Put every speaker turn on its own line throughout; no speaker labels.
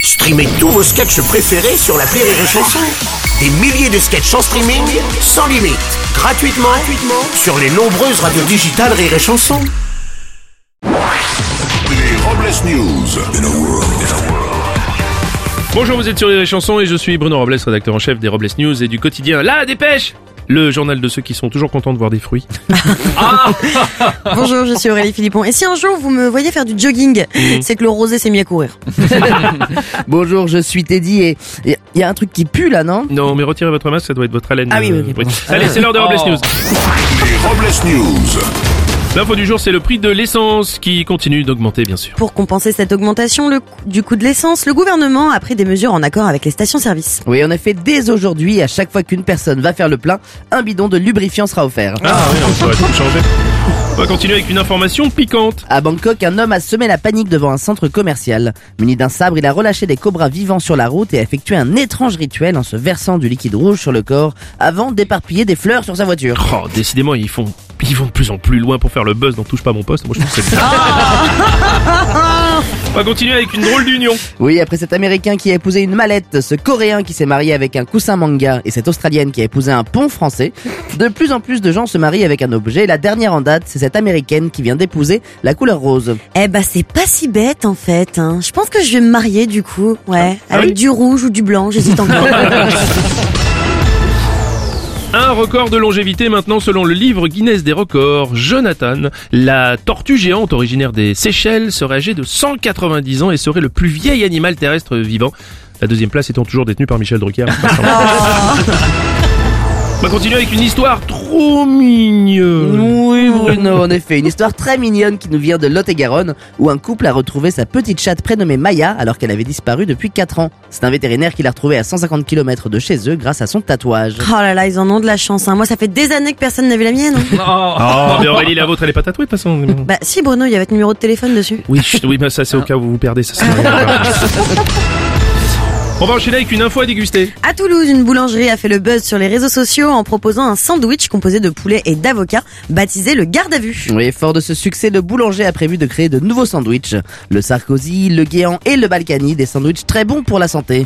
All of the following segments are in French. Streamez tous vos sketchs préférés sur la Rire et Chanson. Des milliers de sketchs en streaming, sans limite, gratuitement, gratuitement sur les nombreuses radios digitales Rire et Chanson.
Les Robles News in a world.
Bonjour, vous êtes sur les chansons et je suis Bruno Robles, rédacteur en chef des Robles News et du quotidien La Dépêche, le journal de ceux qui sont toujours contents de voir des fruits.
Bonjour, je suis Aurélie Philippon. Et si un jour vous me voyez faire du jogging,
Mhm.
c'est que le rosé s'est mis à courir.
Bonjour, je suis Teddy et il y a un truc qui pue là, non
Non, mais retirez votre masque, ça doit être votre haleine. euh,
Ah oui, oui, oui,
oui. Oh. Allez, c'est l'heure de Robles News.
Les Robles News.
L'info du jour, c'est le prix de l'essence qui continue d'augmenter, bien sûr.
Pour compenser cette augmentation le coût- du coût de l'essence, le gouvernement a pris des mesures en accord avec les stations-service.
Oui, en effet, dès aujourd'hui, à chaque fois qu'une personne va faire le plein, un bidon de lubrifiant sera offert.
Ah oui, on pourrait tout changer. On va continuer avec une information piquante.
À Bangkok, un homme a semé la panique devant un centre commercial. Muni d'un sabre, il a relâché des cobras vivants sur la route et a effectué un étrange rituel en se versant du liquide rouge sur le corps avant d'éparpiller des fleurs sur sa voiture.
Oh, décidément, ils font, ils vont de plus en plus loin pour faire le buzz dans Touche pas à mon poste. Moi, je trouve que c'est bizarre. On va continuer avec une drôle d'union.
Oui, après cet Américain qui a épousé une mallette, ce Coréen qui s'est marié avec un coussin manga et cette Australienne qui a épousé un pont français, de plus en plus de gens se marient avec un objet. La dernière en date, c'est cette Américaine qui vient d'épouser la couleur rose.
Eh bah c'est pas si bête en fait. hein. Je pense que je vais me marier du coup, ouais,
Ah
avec
oui
du rouge ou du blanc, j'hésite encore. Oh
Un record de longévité maintenant selon le livre Guinness des records. Jonathan, la tortue géante originaire des Seychelles, serait âgée de 190 ans et serait le plus vieil animal terrestre vivant. La deuxième place étant toujours détenue par Michel Drucker. On va continuer avec une histoire trop mignonne.
Oui, Bruno, en effet, une histoire très mignonne qui nous vient de Lot-et-Garonne, où un couple a retrouvé sa petite chatte prénommée Maya alors qu'elle avait disparu depuis 4 ans. C'est un vétérinaire qui l'a retrouvée à 150 km de chez eux grâce à son tatouage.
oh là là, ils en ont de la chance. hein. Moi ça fait des années que personne n'a vu la mienne. hein.
Ah, mais Aurélie, la vôtre, elle est pas tatouée de toute façon.
Bah si Bruno, il y avait votre numéro de téléphone dessus.
Oui, chut, oui, mais ça c'est au cas où vous vous perdez. Ça, sert à rien. On va enchaîner avec une info à déguster.
À Toulouse, une boulangerie a fait le buzz sur les réseaux sociaux en proposant un sandwich composé de poulet et d'avocat, baptisé le garde à vue.
Oui, fort de ce succès, le boulanger a prévu de créer de nouveaux sandwichs. Le Sarkozy, le Guéant et le Balkany, des sandwichs très bons pour la santé.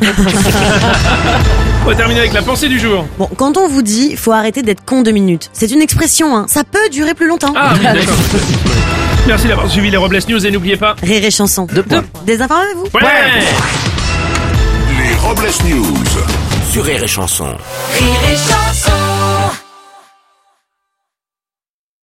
On va terminer avec la pensée du jour.
Bon, quand on vous dit, faut arrêter d'être con deux minutes. C'est une expression, hein. Ça peut durer plus longtemps.
Ah oui, d'accord. Merci d'avoir suivi les Robles News et n'oubliez pas.
Rire et chanson.
Deux points.
Désinformez-vous.
ouais
Les Robles News.
Sur Rire et Chanson.
Rire et chanson